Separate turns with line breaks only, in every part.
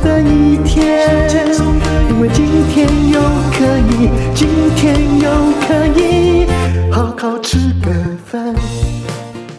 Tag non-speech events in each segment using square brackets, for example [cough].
的一天，因为今天又可以，今天又可以好好吃个饭。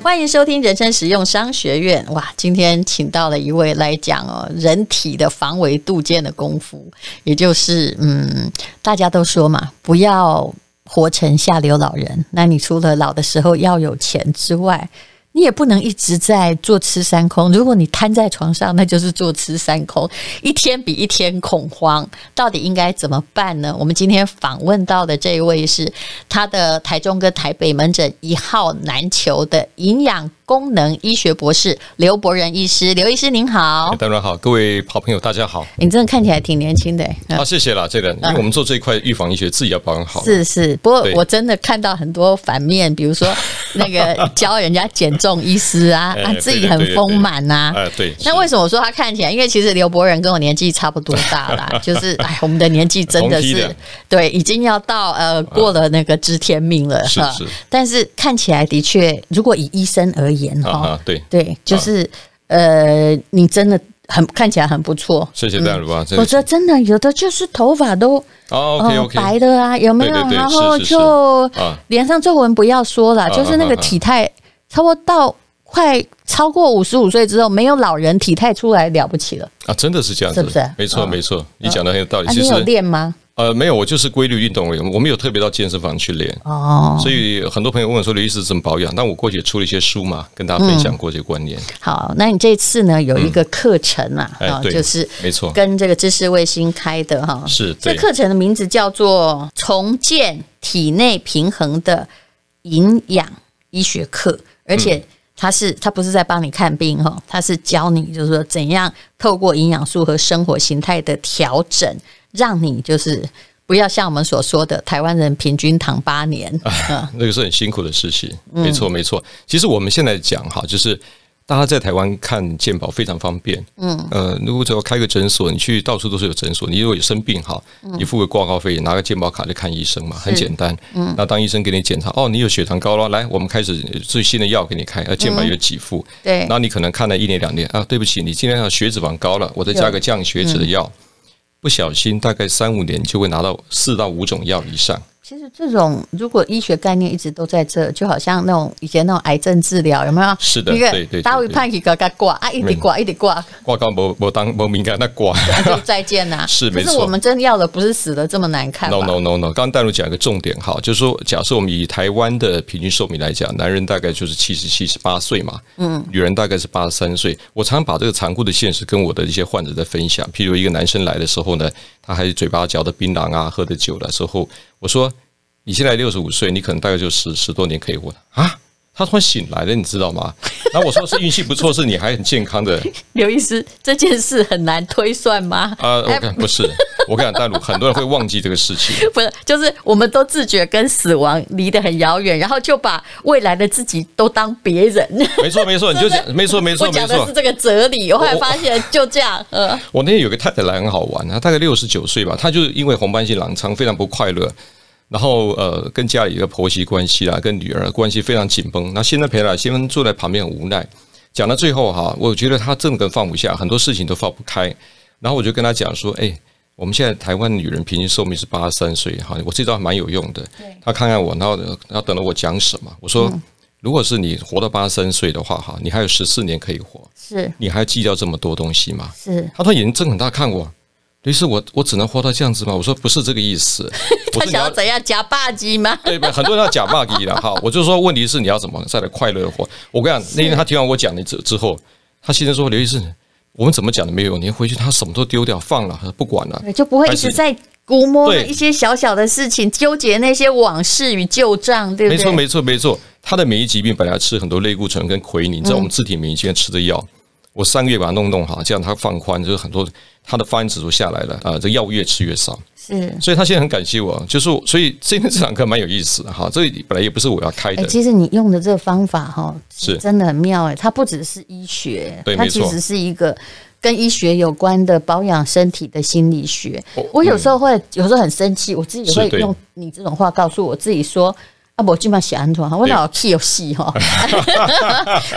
欢迎收听人生实用商学院。哇，今天请到了一位来讲哦，人体的防微杜渐的功夫，也就是嗯，大家都说嘛，不要活成下流老人。那你除了老的时候要有钱之外，你也不能一直在坐吃山空。如果你瘫在床上，那就是坐吃山空，一天比一天恐慌。到底应该怎么办呢？我们今天访问到的这一位是他的台中跟台北门诊一号难求的营养功能医学博士刘博仁医师。刘医师您好
哎，当然好，各位好朋友，大家好。
你真的看起来挺年轻的、嗯
啊，谢谢啦，这个，因为我们做这一块预防医学，自己要保养好。
是是，不过
哦对
我真的看到很多反面，比如
[laughs]
说那个教人家减重医师啊，
哎
啊
对
自己
对
很
对对
丰满呐、
哎，对。
那
是
为什么我说他看起来？因为其实刘伯仁跟我年纪差不多大
[laughs]
啦，就是哎，我们的年纪真的
同梯
是
的啊
对，已经要到呃过了那个知天命了
是
哈
是
但是看起来的确，如果以医生而言
啊
哈
啊，，对，
对，就是、呃，你真的很看起来很不错。
谢谢大家吧。这
否则真的有的就是头发都
哦
嗯，
，OK，OK，
白的啊，有没有？
对对对
然后
是是是
就
啊
脸上皱纹不要说了，
啊
就是那个体态，差不多到快超过五十五岁之后，没有老人体态出来了不起了。
啊，真的是这样子，
是不是
没错，
嗯
没错，你讲的很有道理。
啊，
哎其
你有
实
练吗？
呃，没有，我就是规律运动而已，我没有特别到健身房去练。
哦，
所以很多朋友问我说：“刘医师怎么保养？”但我过去也出了一些书嘛，跟大家分
嗯
享过这些观念。
好，那你这次呢有一个课程啊，
哎
啊，
对
就是
没错
跟这个知识卫星开的哈，
是
这
对，
课程的名字叫做《重建体内平衡的营养医学课》，而
嗯
且它是它不是在帮你看病哈，它是教你就是说怎样透过营养素和生活形态的调整，让你就是不要像我们所说的台湾人平均躺八年。
[laughs]
嗯
那个是很辛苦的事情，没错没错。其实我们现在讲哈，就是大家在台湾看健保非常方便，嗯，呃，如果只要开个诊所，你去到处都是有诊所，你如果有生病哈，你付个挂号费，拿个健保卡去看医生嘛，很简单。嗯，那当医生给你检查，哦，你有血糖高了，来，我们开始最新的药给你开，呃，健保有几副，
对
那你可能看了一年两年啊，对不起，你今天的血脂肪高了，我再加个降血脂的药。不小心，大概三五年就会拿到四到五种药以上。
其实这种如果医学概念一直都在这，就好像那种以前那种癌症治疗有没有？
是的
那个
对对对
大卫
对
潘奇哥他挂啊，一直挂一直挂，啊
挂高没没当没敏感，那挂。
就再见呐、
是
可
没
是
错
我们真的要的不是死的这么难看吧
[laughs] No no no no，刚刚戴茹讲一个重点哈，就是说，假设我们以台湾的平均寿命来讲，男人大概就是七十七十八岁嘛，嗯，女人大概是八十三岁。我常把这个残酷的现实跟我的一些患者在分享，譬如一个男生来的时候呢，他还嘴巴嚼的槟榔啊，喝的酒的时候，我说你现在六十五岁，你可能大概就十十多年可以活啊。他突然醒来了，你知道吗？然后我说是运气不错，是你还很健康的。
刘医师，这件事很难推算吗？
啊、我看不是，我跟你讲，戴茹，很多人会忘记这个事情。
不是，就是我们都自觉跟死亡离得很遥远，然后就把未来的自己都当别人。
没错没错，你就讲没错没
我
错没
讲的
错
是。这个哲理，我后来发现就这样。呃，
我那天有个太太来很好玩，她大概六十九岁吧，她就是因为红斑性狼疮非常不快乐，然后呃跟家里的婆媳关系啦，跟女儿关系非常紧绷。那现在陪她先生坐在旁边很无奈。讲到最后哈，我觉得她真的放不下，很多事情都放不开。然后我就跟她讲说，哎、我们现在台湾女人平均寿命是八十三岁，哈，我这招还蛮有用的。她看看我，然后然后等着我讲什么。我说，
嗯
如果是你活到八十三岁的话，哈，你还有十四年可以活，
是
你还计较这么多东西吗？
是，
他说眼睛睁很大看我，于是我我只能活到这样子吗？我说不是这个
[laughs]
意思，我
他
说你
想要
要
怎样夹霸鸡吗？
[laughs] 对吧？很多人要假骂你了哈，我就说问题是你要怎么再来快乐地活？我跟你讲，那天他听完我讲了之之后，他先生说刘医生，我们怎么讲都没有，你回去他什么都丢掉放了，不管了。
对就不会一直在估摸
对
一些小小的事情，纠结那些往事与旧账，对不
没
对？
错，没错，没错。他的免疫疾病本来吃很多类固醇
嗯
跟奎宁，你知道我们自体免疫疾病吃的药，我三个月把它弄弄好，这样他放宽，就是很多。他的发炎指数下来了，啊、这药物越吃越少。
是。
所以他现在很感谢我，就是我所以今天这堂课蛮有意思的哈，这本来也不是我要开
哎、
的，
其实你用的这个方法哈，
是
真的很妙哎、它不只是医学，
对
它
没
其
错
实是一个跟医学有关的保养身体的心理学。
哦
我有时候会，有时候很生气，我自己也
是
会
对
用你这种话告诉我自己说。啊，我今晚写安装，我
对
老气有哦戏
[laughs]
哈。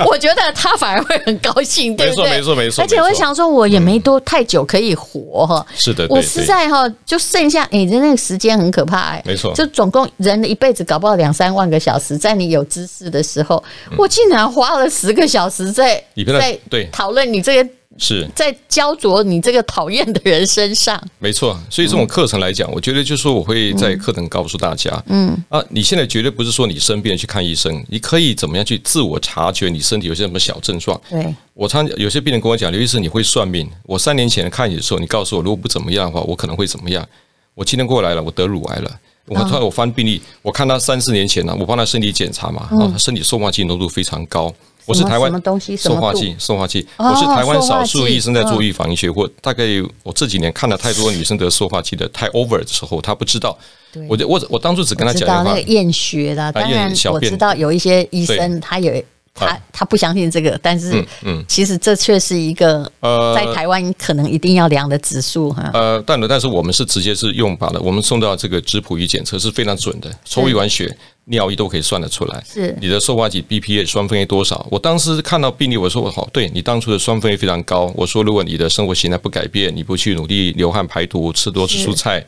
我觉得他反而会很高兴，对
没
不
错
对？
没错没错，
而且我
没错
想说，我也没多太久可以活哈。
是的，对
我
对
实在哈，就剩下你的那个时间很可怕哎、
没错
就总共人的一辈子搞不好两三万个小时，在你有知识的时候，我竟然花了十个小时在
嗯你不要
在
对
讨论你这个，
是
在焦灼你这个讨厌的人身上，
没错，所以这种课程来讲，我觉得就是说我会在课程告诉大家，嗯啊，你现在绝对不是说你生病去看医生，你可以怎么样去自我察觉你身体有些什么小症状。
对，
我常有些病人跟我讲，刘医师你会算命，我三年前看你的时候，你告诉我如果不怎么样的话，我可能会怎么样。我今天过来了，我得乳癌了。我突然我翻病历，我看他三四年前啊呢、我帮他身体检查嘛，啊，他身体塑化剂浓度非常高。我是台湾
嗯什么东西什
塑
么
化
度
剂，塑化剂，
哦
我是台湾少
塑化
数
剂
医生在做
嗯
预防医学，或大概我这几年看了太多女生得塑化剂的太 over 的时候，她不知道
对。
我就我我当初只跟她
知
讲
道
一句
那
话
个，厌学啦，当然
厌小
我
便
知道有一些医生
对
他有他
啊
他不相信这个，但是
嗯嗯
其实这却是一个
呃
在台湾可能一定要量的指数哈。
呃，但但是我们是直接是用把的，我们送到这个质谱仪检测是非常准的，抽一管血、尿液都可以算得出来。
是
你的受化体 BPA 双酚 A 多少？我当时看到病例，我说我好，对你当初的双酚 A 非常高。我说如果你的生活形态不改变，你不去努力流汗排毒，吃多吃蔬菜。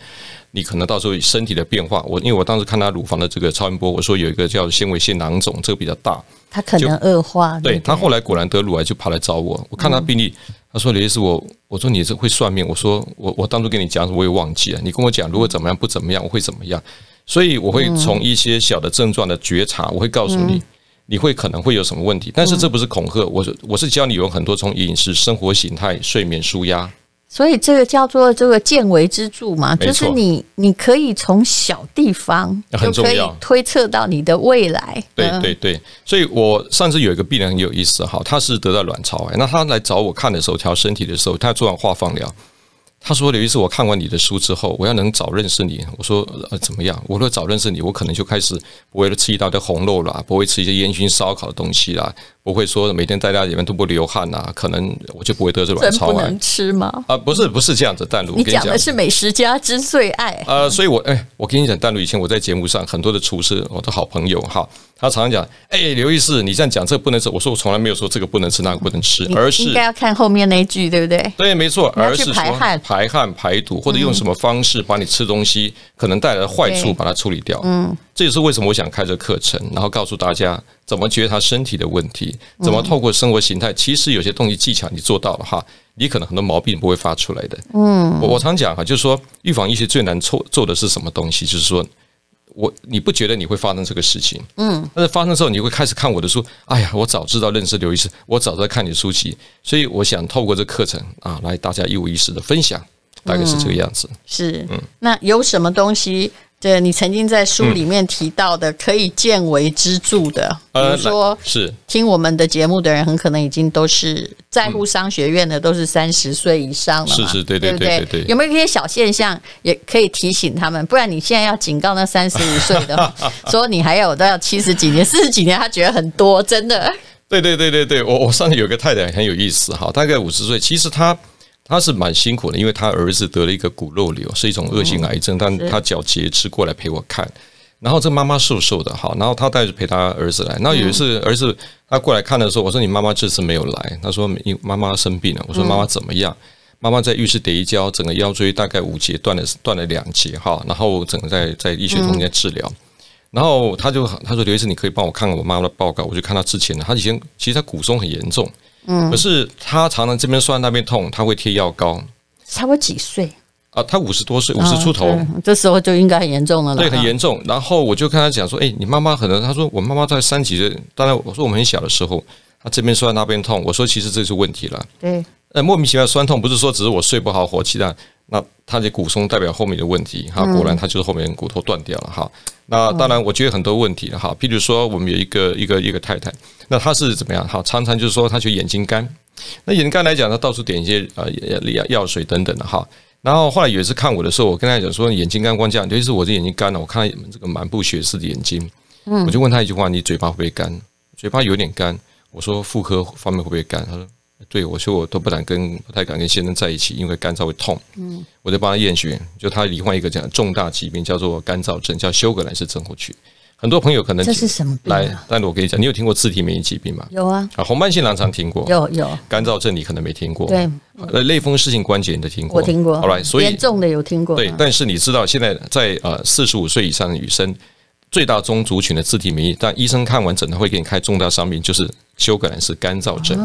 你可能到时候身体的变化，我因为我当时看他乳房的这个超音波，我说有一个叫纤维性囊肿，这个比较大，
他可能恶化，
对嗯
不
他后来果然得乳癌，就跑来找我。我看他病历，他说：“刘医师，我我说你是会算命，我说我我当初跟你讲，我也忘记了。你跟我讲如果怎么样不怎么样，我会怎么样。所以我会从一些小的症状的觉察，我会告诉你，你会可能会有什么问题。但是这不是恐吓，我是我是教你有很多从饮食、生活形态、睡眠、舒压，
所以这个叫做这个见微知著嘛，
没
就
错
是你你可以从小地方就
很重
可以
要
推测到你的未来。
对
嗯
对对，所以我上次有一个病人很有意思哈，他是得到卵巢癌，那他来找我看的时候，调身体的时候，他做完化放疗，他说刘医师，我看完你的书之后，我要能早认识你。我说呃怎么样？我说早认识你，我可能就开始不会吃一大堆红肉啦，不会吃一些烟熏烧烤的东西啦，不会说每天待在里面都不流汗啦，可能我就不会得这卵
真
巢
不
癌
能吃吗？
啊、不是不是这样子，淡如我
你
跟
讲的是美食家之最爱，
呃，所以我哎、我跟你讲，淡如以前我在节目上很多的厨师，我的好朋友哈，他常常讲，哎、刘医师，你这样讲这个不能吃，我说我从来没有说这个不能吃，那个不能吃，
你
而
应
是
该要看后面那一句，对不对？
对，没错，
你要
而是
去
说
排汗嗯
排汗、排毒，或者用什么方式把你吃东西可能带来的坏处
对
把它处理掉。嗯，这也是为什么我想开这课程，然后告诉大家怎么觉察身体的问题，
嗯
怎么透过生活形态，其实有些东西技巧你做到了哈，你可能很多毛病不会发出来的。嗯，我我常讲哈，就是说预防医学最难做做的是什么东西？就是说。我你不觉得你会发生这个事情，嗯，但是发生之后你会开始看我的书，哎呀，我早知道认识刘医师，我早知道看你的书籍，所以我想透过这课程啊，来大家一五一十的分享，大概是
嗯
这个样子。
是。
嗯
那有什么东西？对你曾经在书里面提到的，可以见微知著的，比如说
呃来是
听我们的节目的人，很可能已经都是在乎商学院的，都是三十岁以上了嘛。
是是对对
不
对对对
有没有一些小现象也可以提醒他们？不然你现在要警告那三十五岁的，
[laughs]
说你还有都要七十几年、四十几年，他觉得很多，真的。
对对对对对，我我上次有个太太很有意思哈，大概五十岁，其实她她是蛮辛苦的，因为她儿子得了一个骨肉瘤，是一种恶性癌症，但她脚截肢过来陪我看。然后这妈妈瘦瘦的哈，然后她带着陪她儿子来。那有一次儿子他过来看的时候，我说你妈妈这次没有来，他说因为妈妈生病了。我说妈妈怎么样？妈妈在浴室跌一跤，整个腰椎大概五节断了断了两节哈，然后整个在在医学中间治疗。然后他就他说刘医生，你可以帮我看看我妈妈的报告，我就看她之前的，她以前其实她骨松很严重，嗯，可是她常常这边酸那边痛，她会贴药膏
差不多几岁？
啊，她五十多岁，五十出头。
嗯，这时候就应该很严重了啦。
哦对，很严重。然后我就跟她讲说：“哎、你妈妈可能……”她说：“我妈妈在三级的，当然我说我们很小的时候，她这边酸那边痛。”我说：“其实这是问题了。
对，
呃，莫名其妙酸痛不是说只是我睡不好、火气大，那它的骨松代表后面的问题哈，果然它就是后面骨头断掉了哈。那当然，我觉得很多问题了哈，譬如说我们有一个一个一个太太，那她是怎么样哈？常常就是说她就眼睛干，那眼睛干来讲，她到处点一些呃药药水等等的哈。然后后来有一次看我的时候，我跟她讲说眼睛干光这样，就是我这眼睛干了，我看到这个满布血丝的眼睛，
嗯
我就问她一句话：你嘴巴会不会干？嘴巴有点干。我说妇科方面会不会干？她说对，我说我都不敢跟不太敢跟先生在一起，因为干燥会痛。嗯，我在帮他验血，就他罹患一个讲重大疾病，叫做干燥症，叫休格兰氏症候群。很多朋友可能
这是什么病啊
来，但是我跟你讲，你有听过自体免疫疾病吗？
有啊，
啊，红斑性狼疮听过，
有有，
干燥症你可能没听过，
对，
呃，类风湿性关节你都听过，
我听过。
好来，所以
严重的有听过。
对，但是你知道现在在呃四十五岁以上的女生，最大宗族群的自体免疫，但医生看完诊他会给你开重大伤病，就是休格兰氏干燥症。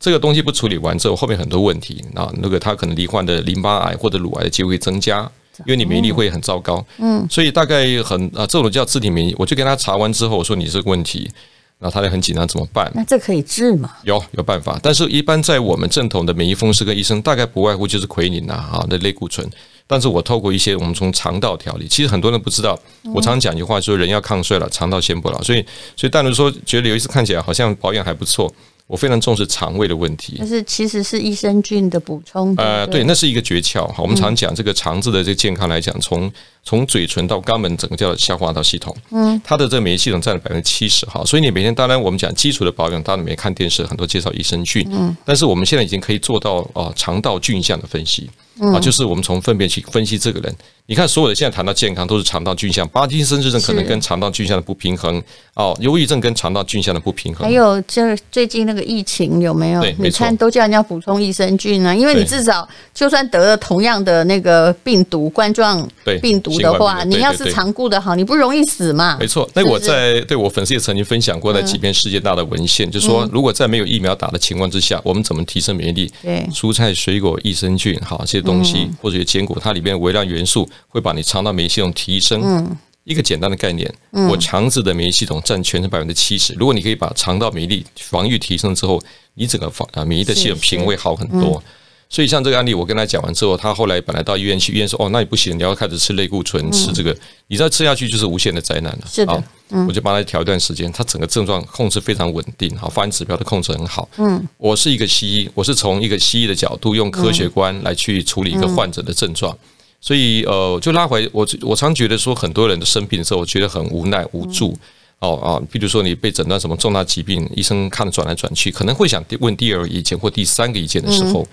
这个东西不处理完之后，后面很多问题啊，那个他可能罹患的淋巴癌或者乳癌的机会会增加。因为你免疫力会很糟糕，哦嗯，所以大概很啊，这种叫自体免疫。我就跟他查完之后，我说你这个问题，然后他就很紧张，怎么办？
那这可以治吗？
有有办法，但是一般在我们正统的免疫风湿科医生，大概不外乎就是奎宁啊，啊那类固醇。但是我透过一些我们从肠道调理，其实很多人不知道，我常讲一句话说，人要抗衰老，肠道先不老。所以，所以但如说觉得有一次看起来好像保养还不错，我非常重视肠胃的问题
但。是其实是益生菌的补充。
嗯呃，
不
对，那是一个诀窍哈。我们常讲这个肠子的这个健康来讲，从从嘴唇到肛门，整个叫消化道系统，嗯，它的这个免疫系统占了百分之七十哈。所以你每天，当然我们讲基础的保养，当然没看电视很多介绍益生菌，嗯，但是我们现在已经可以做到啊肠道菌相的分析。
嗯
啊，就是我们从粪便去分析这个人。你看，所有的现在谈到健康都是肠道菌相，巴金森氏症可能
是
跟肠道菌相的不平衡，哦，忧郁症跟肠道菌相的不平衡，
还有就是最近那个疫情有没有
嗯对？没
你
错
看都叫人家补充益生菌啊，因为你
对
至少就算得了同样的那个病毒冠状
对
病毒的话，
新冠病毒对
你要
对
是
对
常顾得好，你不容易死嘛
没。错，那
是不
我
是嗯
在对我粉丝也曾经分享过那几篇世界大的文献，就说如果在没有疫苗打的情况之下，我们怎么提升免疫力？
对嗯
蔬菜、水果、益生菌，好这些东西或者有坚果，它里面微量元素会把你肠道免疫系统提升。
嗯
一个简单的概念，我肠子的免疫系统占全身百分之七十。如果你可以把肠道免疫力防御提升之后，你整个防啊免疫的系统
是嗯是
平会好很多。所以像这个案例，我跟他讲完之后，他后来本来到医院去，医院说：“哦，那你不行，你要开始吃类固醇，吃这个，你再吃下去就是无限的灾难了。”
嗯是的嗯
好，我就帮他调一段时间，他整个症状控制非常稳定，好，发炎指标都控制很好。嗯，我是一个西医，我是从一个西医的角度，用科学观来去处理一个患者的症
嗯
状。所以呃，就拉回我，我常觉得说，很多人的生病的时候，我觉得很无奈无
嗯
助。哦啊，比如说你被诊断什么重大疾病，医生看得转来转去，可能会想问第二个意见或第三个意见的时候，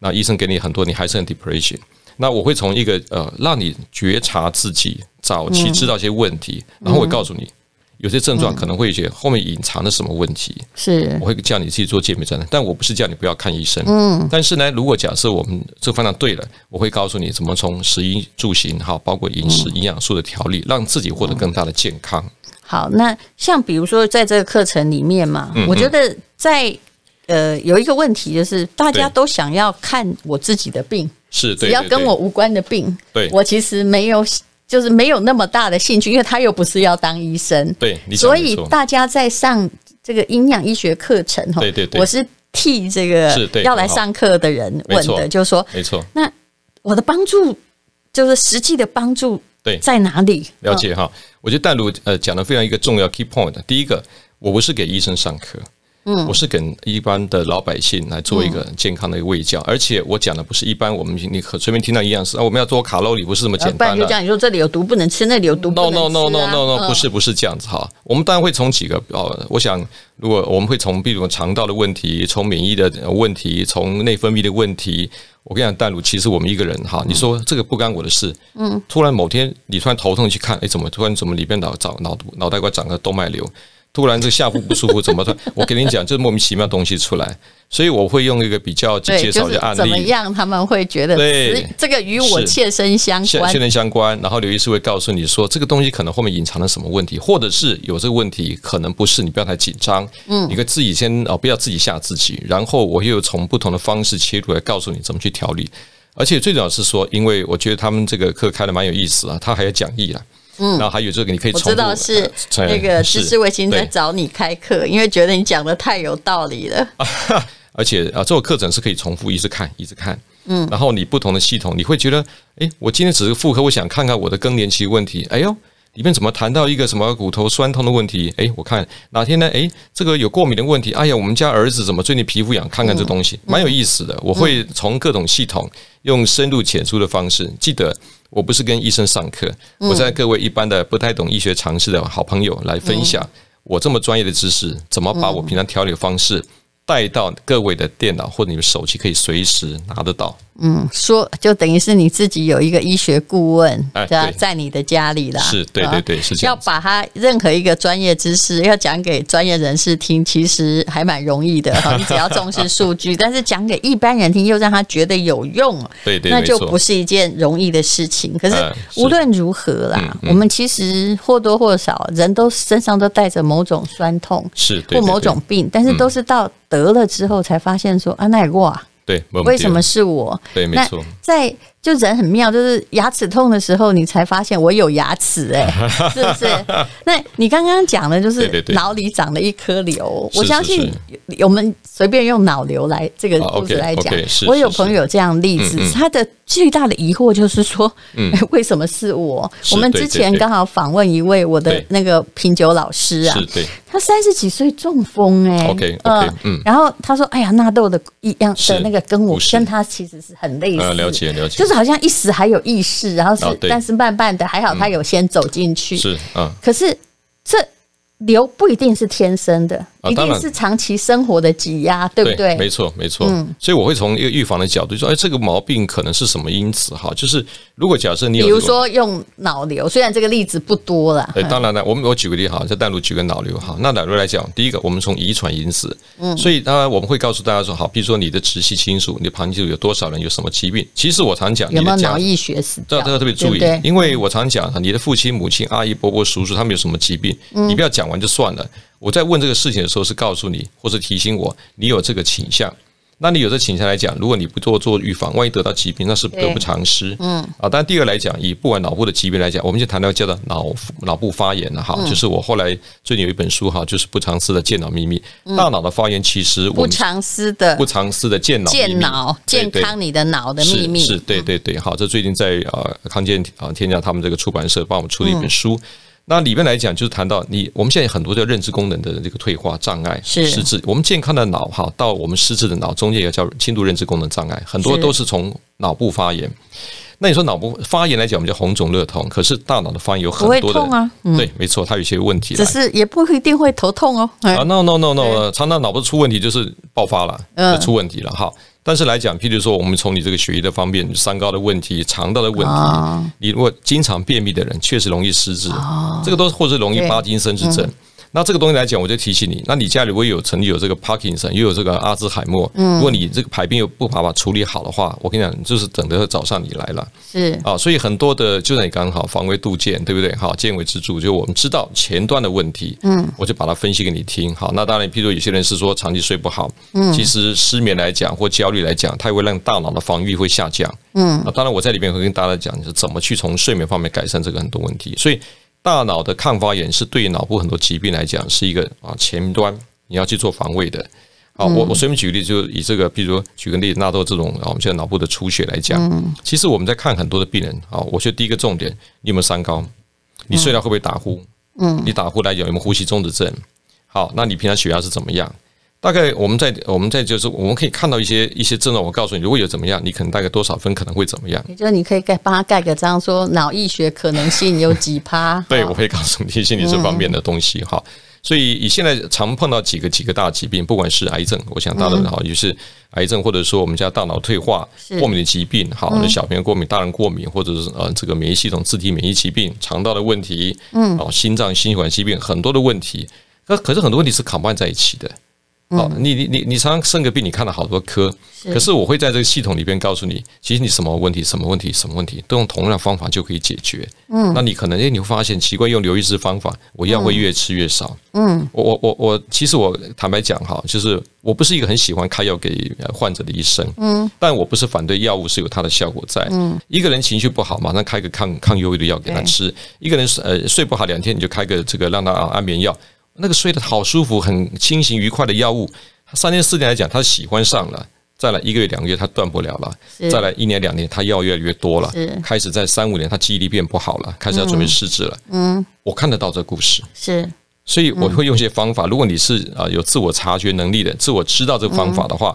那医生给你很多，你还是很 depression。那我会从一个呃，让你觉察自己，早期知道一些问题，
嗯
然后我告诉你，有些症状可能会有些后面隐藏的什么问题。
是
我会叫你自己做界面诊断，但我不是叫你不要看医生。嗯，但是呢，如果假设我们这个方向对了，我会告诉你怎么从食衣住行，好，包括饮
嗯
食、营养素的调理，让自己获得更大的健康。
好。那像比如说在这个课程里面嘛，
嗯
我觉得在呃有一个问题就是大家
对
都想要看我自己的病，
是，
只
对，
要
对
跟
对
我无关的病，
对
我其实没有就是没有那么大的兴趣，因为他又不是要当医生。
对，你讲
所
得
以
没错
大家在上这个营养医学课程哈，
对对对
我是替这个
是对
要来上课的人
没
问
错
的，就是说
没错，
那我的帮助就是实际的帮助
对
在哪里？
了解哈。我觉得淡如呃讲的非常一个重要 key point。第一个，我不是给医生上课，嗯，我是给一般的老百姓来做一个健康的一个卫教，而且我讲的不是一般我们你可随便听到一样是啊，我们要做卡路里，不是这么
呃，
简
不
单
然
的、
就这样，你说这里有毒不能吃，那里有毒不能
No
吃、啊。
no no no no no，
嗯
不是不是这样子哈。我们当然会从几个哦，我想如果我们会从比如肠道的问题，从免疫的问题，从内分泌的问题。我跟你讲，淡如，其实我们一个人
嗯
哈，你说这个不干我的事，嗯，突然某天你突然头痛去看，哎，怎么突然怎么里面脑长脑脑袋瓜长个动脉瘤，突然这个下腹不舒服，怎么突然？我跟你讲，这莫名其妙的东西出来，所以我会用一个比较去
对，
介
就
绍一
是
些案例，
怎么样他们会觉得
对
此这个与我
是
切身相
现
关
现。在相关，然后刘医师会告诉你说，这个东西可能后面隐藏了什么问题，或者是有这个问题，可能不是，你不要太紧张，嗯，你可以自己先哦，不要自己吓自己，然后我又从不同的方式切入来告诉你怎么去调理，而且最重要是说，因为我觉得他们这个课开的蛮有意思啊，他还有讲义啊，嗯，然后还有这个你可以
我知
重复
道是
呃
那个
是
知识卫星在
对 [laughs]
找你开课，因为觉得你讲的太有道理了。
呃而且啊，这个课程是可以重复一直看一直看。嗯，然后你不同的系统，你会觉得，诶，我今天只是妇科，我想看看我的更年期问题，哎呦。里面怎么谈到一个什么骨头酸痛的问题？诶，我看哪天呢？诶，这个有过敏的问题。哎呀，我们家儿子怎么最近皮肤痒？看看这东西，蛮有意思的。我会从各种系统用深入浅出的方式。记得我不是跟医生上课，我在各位一般的不太懂医学常识的好朋友来分享我这么专业的知识，怎么把我平常调理的方式带到各位的电脑或者你们手机可以随时拿得到。
嗯，说就等于是你自己有一个医学顾问，
哎
在
对
在你的家里啦。
是对
啊
对对是这
要
样子
把他任何一个专业知识要讲给专业人士听，其实还蛮容易的
[laughs]
哈。你只要重视数据，但是讲给一般人听，又让他觉得有用，
对对，
那就
没错
不是一件容易的事情。可是
呃是嗯
无论如何啦，我们其实或多或少人都身上都带着某种酸痛
是对
或
对
某
对
种病，但是都是到得了之后才发现说啊，那也哇，
对，没有
为什么
问题
是我？
对没
那
错
在就人很妙，就是牙齿痛的时候，你才发现我有牙齿、
[laughs]
哎，是不是？那你刚刚讲的就
对
是
对对
脑里长了一颗瘤，
是
我相信我们随便用脑瘤来这个
啊
故事
，OK，
来讲
OK，是，
我有
是
朋友有这样的例子
嗯，嗯
他的最大的疑惑就是说，
嗯
[laughs] 为什么是我？
是
我们
对
之
对
前
对
刚好访问一位我的
对
那个品酒老师啊
是，对
他三十几岁中风哎、
OK，OK，
呃
嗯
然后他说，哎呀，纳豆的一样
是
的那个跟我
不是
跟他其实是很类似，
呃了解了解
就是好像一时还有意识，然后是，
哦对
但是慢慢的还好他有先走进去，
是啊，
可是这瘤不一定是天生的，
啊
一
当
定
然
是长期生活的挤压，对不对？嗯
没错，没错。所以我会从一个预防的角度说，哎，这个毛病可能是什么因子哈？就是如果假设你有
比
这个，
如说嗯用脑瘤，虽然这个例子不多啦，
哎，当然了，我们我举个例哈，在大陆举个脑瘤哈。那脑瘤来讲，第一个我们从遗传因子，嗯，所以当然我们会告诉大家说，好，比如说你的直系亲属，你的旁亲属有多少人有什么疾病？其实我常讲，你
有没有
的
脑
家
溢血死
这
掉？
要特别注意，
对不对
因为我常讲，你的父亲、母亲、阿姨、伯伯、叔叔，他们有什么疾病，
嗯
你不要讲完就算了。我在问这个事情的时候，是告诉你或者提醒我，你有这个倾向。那你有这倾向来讲，如果你不做做预防，万一得到疾病，那是得不偿失。嗯啊，但第二来讲，以不管脑部的疾病来讲，我们就谈到叫做脑脑部发炎啊了哈，
嗯
就是我后来最近有一本书哈，就是《不藏私的健脑秘密》，大脑的发炎其实我
嗯不
们
常思的
不藏私的健脑秘密
健脑
对
健
对
康你的脑的秘密嗯
是是，对对对，好，这最近在呃康健啊天下他们这个出版社帮我们出了一
嗯
本书。那里面来讲，就是谈到你，我们现在很多叫认知功能的这个退化障碍、
是
失智。我们健康的脑哈，到我们失智的脑中间也叫轻度认知功能障碍，很多
是
都是从脑部发炎。那你说脑部发炎来讲，我们叫红肿热痛，可是大脑的发炎有很
不会
多的
痛啊
对，没错，它有一些问题
只
来。
是也不一定会头痛哦。哎
啊，no no no no，常常脑部出问题就是爆发了，
嗯
就出问题了哈。但是来讲，譬如说，我们从你这个血液的方面，三高的问题、肠道的问
哦
题，你如果经常便秘的人，确实容易失智，这个都或者容易
啊对嗯
帕金森氏症。那这个东西来讲，我就提醒你，那你家里如果有曾经有这个 Parkinson，又有这个阿兹海默，
嗯
如果你这个排便又不把它处理好的话，我跟你讲，就是等着早上你来了。
是
啊，所以很多的就像你刚刚好防微杜渐，对不对？好，见微知著，就我们知道前端的问题，嗯，我就把它分析给你听。好，那当然，譬如有些人是说长期睡不好，嗯，其实失眠来讲或焦虑来讲，它会让大脑的防御会下降，嗯，啊，当然我在里面会跟大家讲，就是怎么去从睡眠方面改善这个很多问题。所以大脑的抗发炎是对脑部很多疾病来讲是一个啊前端你要去做防卫的。好，我我随便举个例子，就以这个，比如说举个例，纳豆这种啊，我们现在脑部的出血来讲，其实我们在看很多的病人啊，我觉得第一个重点，你有没有三高？你睡觉会不会打呼？嗯，你打呼来讲有没有呼吸中止症？好，那你平常血压是怎么样？大概我们在我们在就是我们可以看到一些一些症状，我告诉你，如果有怎么样，你可能大概多少分可能会怎么样？
也就是你可以盖帮他盖个章，说脑溢血可能性有几趴。
[laughs] 对，
哦
我会告诉你一些你这方面的东西哈。所以以现在常碰到几个几个大疾病，不管是癌症，我想大人好，也是癌症，或者说我们叫大脑退化、过敏的疾病，好，那小朋友过敏、大人过敏，或者是呃这个免疫系统自体免疫疾病、肠道的问题，嗯，哦，心脏、心血管疾病很多的问题，那可是很多问题是 combine 在一起的。哦，你你你你常常生个病，你看了好多科，可是我会在这个系统里边告诉你，其实你什么问题、什么问题、什么问题，都用同样的方法就可以解决。嗯，那你可能诶，你会发现奇怪，用刘医师方法，我药会越吃越少。嗯，我我我我，其实我坦白讲哈，就是我不是一个很喜欢开药给呃患者的医生。嗯，但我不是反对药物是有它的效果在。嗯，一个人情绪不好，马上开个抗抗忧郁的药给他吃；一个人呃睡不好两天，你就开个这个让他啊安眠药。那个睡得好舒服、很清醒愉快的药物，他三天四天来讲，他喜欢上了。再来一个月、两个月，他断不了了
是；
再来一年、两年，他药越来越多了
是。
开始在三五年，他记忆力变不好了，开始要准备失智了。嗯，我看得到这故事，
是
所以我
嗯
会用一些方法。如果你是啊、呃有自我察觉能力的，自我知道这个方法的
嗯
话，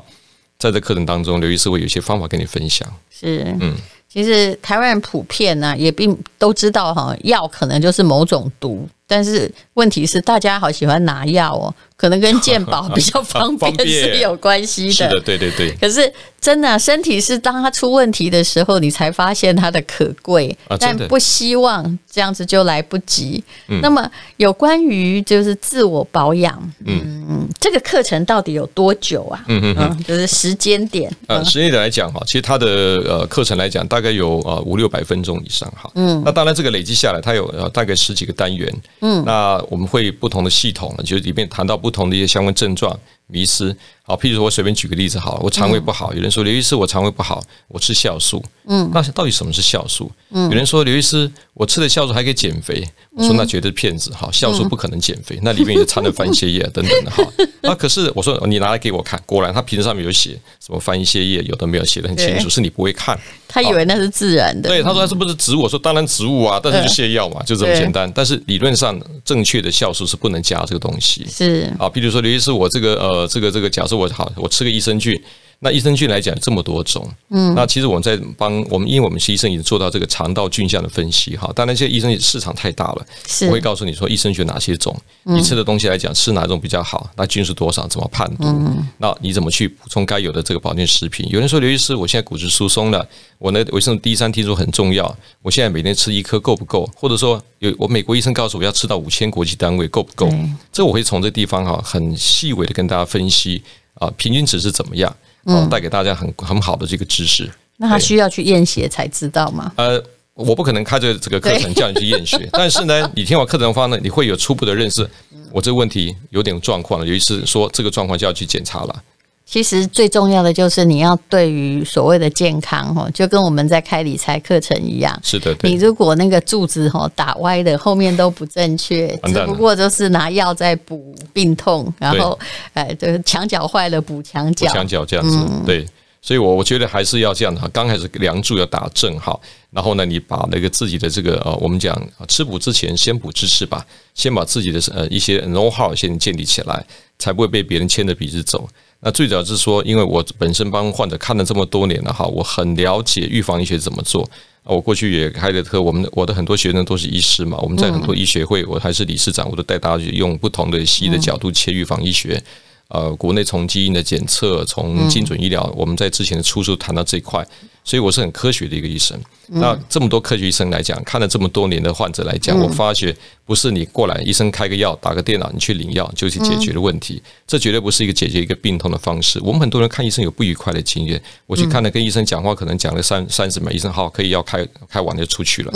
在这课程当中，刘医师会有一些方法跟你分享。
是，嗯，其实台湾人普遍呢、也并都知道哈、药可能就是某种毒，但是问题是大家好喜欢拿药哦，可能跟健
[laughs]
保比较方
方
便
便
是有关系
是
的。
的，对对对。
可是真的啊、身体是当它出问题的时候，你才发现它的可贵，
啊
但
真的嗯
不希望这样子就来不及。那么有关于就是自我保养，嗯这个课程到底有多久啊？嗯嗯就是时间点，
呃，实际的来讲哈，其实它的呃课程来讲，大概有呃五六百分钟以上哈。嗯，那当然这个累积下来，它有呃大概十几个单元。嗯，那我们会不同的系统，就是里面谈到不同的一些相关症状、迷失。好，譬如说我随便举个例子好了，我肠胃不好，有人说刘医师我肠胃不好，我吃酵素。嗯，那到底什么是酵素？嗯，有人说刘医师我吃了酵素还可以减肥，
嗯
我说那绝对骗子哈，酵素不可能减肥，那里面也掺了番茄叶啊等
[laughs]
等的哈。那可是我说哦你拿来给我看，果然它瓶子上面有写什么番茄叶，有的没有写的很清楚，
对
是你不会看。
他以为那是自然的，
对，他说他是不是植物？我说当然植物啊，但是就泻药嘛，就这么
对
简单。但是理论上正确的酵素是不能加这个东西。
是
啊，比如说刘医师，我这个呃，这个这个，假设我好，我吃个益生菌，那益生菌来讲有这么多种，嗯，那其实我们在帮我们，因为我们是医生，已经做到这个肠道菌相的分析哈。当然，现在益生菌市场太大了，
是嗯
我会告诉你说益生菌有哪些种，你吃的东西来讲吃哪种比较好，那菌数多少，怎么判读？
嗯
那你怎么去补充该有的这个保健食品？有人说刘医师，我现在骨质疏松了，我呢维生素 D 三听说很重要，我现在每天吃一颗够不够？或者说有我美国医生告诉我要吃到五千国际单位够不够
对？
这我会从这地方哈、很细微的跟大家分析啊，平均值是怎么样，
嗯
哦、带给大家很很好的这个知识。
那他
对
需要去验血才知道吗？
呃，我不可能开着这个课程叫你去验血，但是呢，你听完课程的话呢，你会有初步的认识。我这个问题有点状况了，有一次说这个状况就要去检查了。
其实最重要的就是你要对于所谓的健康哦，就跟我们在开理财课程一样。
是的，对
你如果那个柱子吼打歪的，后面都不正确，
完蛋
只
了
不过就是拿药在补病痛，然后哎，就是墙角坏了补墙
不
角，
墙角这样子，对。所以，我我觉得还是要这样的哈，刚开始梁柱要打正哈，然后呢，你把那个自己的这个呃，我们讲呃吃补之前先补知识吧，先把自己的呃一些 know how 先建立起来，才不会被别人牵着鼻子走。那最早是说，因为我本身帮患者看了这么多年了哈，我很了解预防医学怎么做。啊我过去也开了课，我们的我的很多学生都是医师嘛，我们在很多医学会，我还是理事长，我都带大家去用不同的西医的角度切预防医学。呃，国内从基因的检测，从精准医疗，我们在之前的出书谈到这一块，所以我是很科学的一个医生。那这么多科学医生来讲，看了这么多年的患者来讲，我发觉不是你过来，医生开个药，打个电脑，你去领药就去解决的问题，这绝对不是一个解决一个病痛的方式。我们很多人看医生有不愉快的经验，我去看了跟医生讲话，可能讲了三三十秒，医生好，可以药开开完就出去了。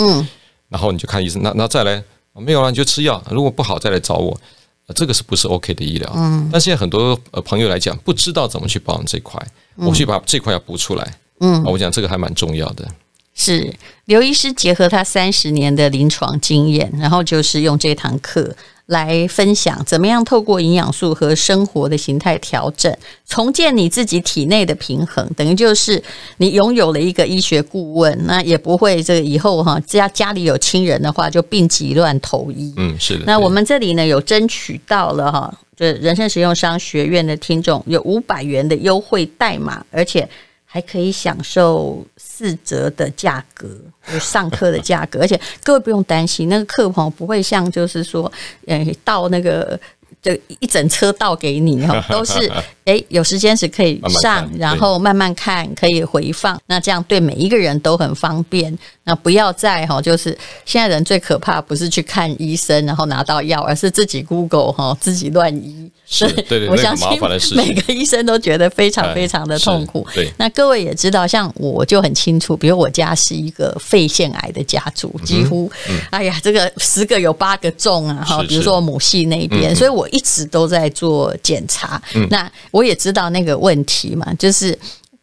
然后你就看医生，那那再来啊没有了，你就吃药，如果不好再来找我，呃这个是不是 OK 的医疗？嗯，但现在很多呃朋友来讲，不知道怎么去保养这块，我
嗯
去把这块要补出来，嗯，我讲这个还蛮重要的，
是刘医师结合他三十年的临床经验，然后就是用这堂课来分享怎么样透过营养素和生活的形态调整，重建你自己体内的平衡。等于就是你拥有了一个医学顾问，那也不会这个以后哈家家里有亲人的话就病急乱投医。
嗯，是的。
那
对
我们这里呢有争取到了哈，就是人生实用商学院的听众有五百元的优惠代码，而且还可以享受四折的价格，就是上课的价格，而 [laughs] 且各位不用担心，那个课哈不会像就是说，呃，到那个。就一整车倒给你哈，都是
[laughs]
哎、有时间是可以
慢慢
上，
看
然
对
后。然后慢慢看，可以回放，那这样对每一个人都很方便。那不要再哈，就是现在人最可怕不是去看医生，然后拿到药，而是自己 Google 哈，自己乱医。
是
所以 [laughs]
对对
我
那个
相
很
信
麻烦的事情
每个医生都觉得非常
哎
非常的
是
痛苦。
对
那各位也知道，像我就很清楚，比如我家是一个肺腺癌的家
嗯
族，几乎，哎呀，这个十个有八个中啊哈。
是
比如
是
说母系那
嗯
边，所以我一直都在做检查。那我也知道那个问题嘛，就是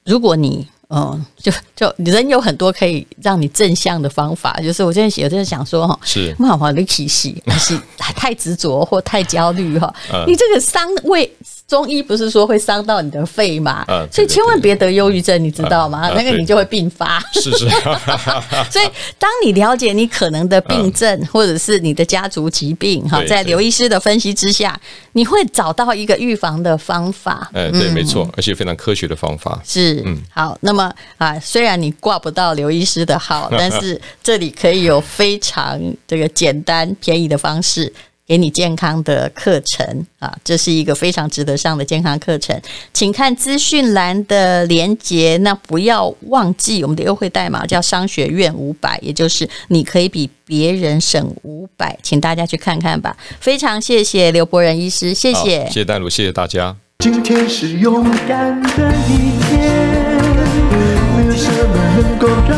如果你嗯，就就人有很多可以让你正向的方法，就是我现在有在想说哈，
是
不
[laughs]
好好的体系，还是太执着或太焦虑哈
嗯，
你这个伤胃中医不是说会伤到你的肺嘛
啊，
所以
对对
千万别得忧郁症，你知道吗
啊？啊
那个
对
你就会并发。
是是， [laughs]
所以，当你了解你可能的病症，或者是你的家族疾病，哈，
嗯对
在
对
刘医师的分析之下，你会找到一个预防的方法。
哎，对，没错，而且非常科学的方法。
是，好，那么啊，虽然你挂不到刘医师的 [laughs] 号，但是这里可以有非常这个简单便宜的方式。给你健康的课程啊，这是一个非常值得上的健康课程，请看资讯栏的连接。那不要忘记我们的优惠代码叫“商学院五百”，也就是你可以比别人省五百，请大家去看看吧。非常谢谢刘伯仁医师，谢
好
谢
谢。谢丹如，谢谢大家。
今天是勇敢的一天，没有什么能够让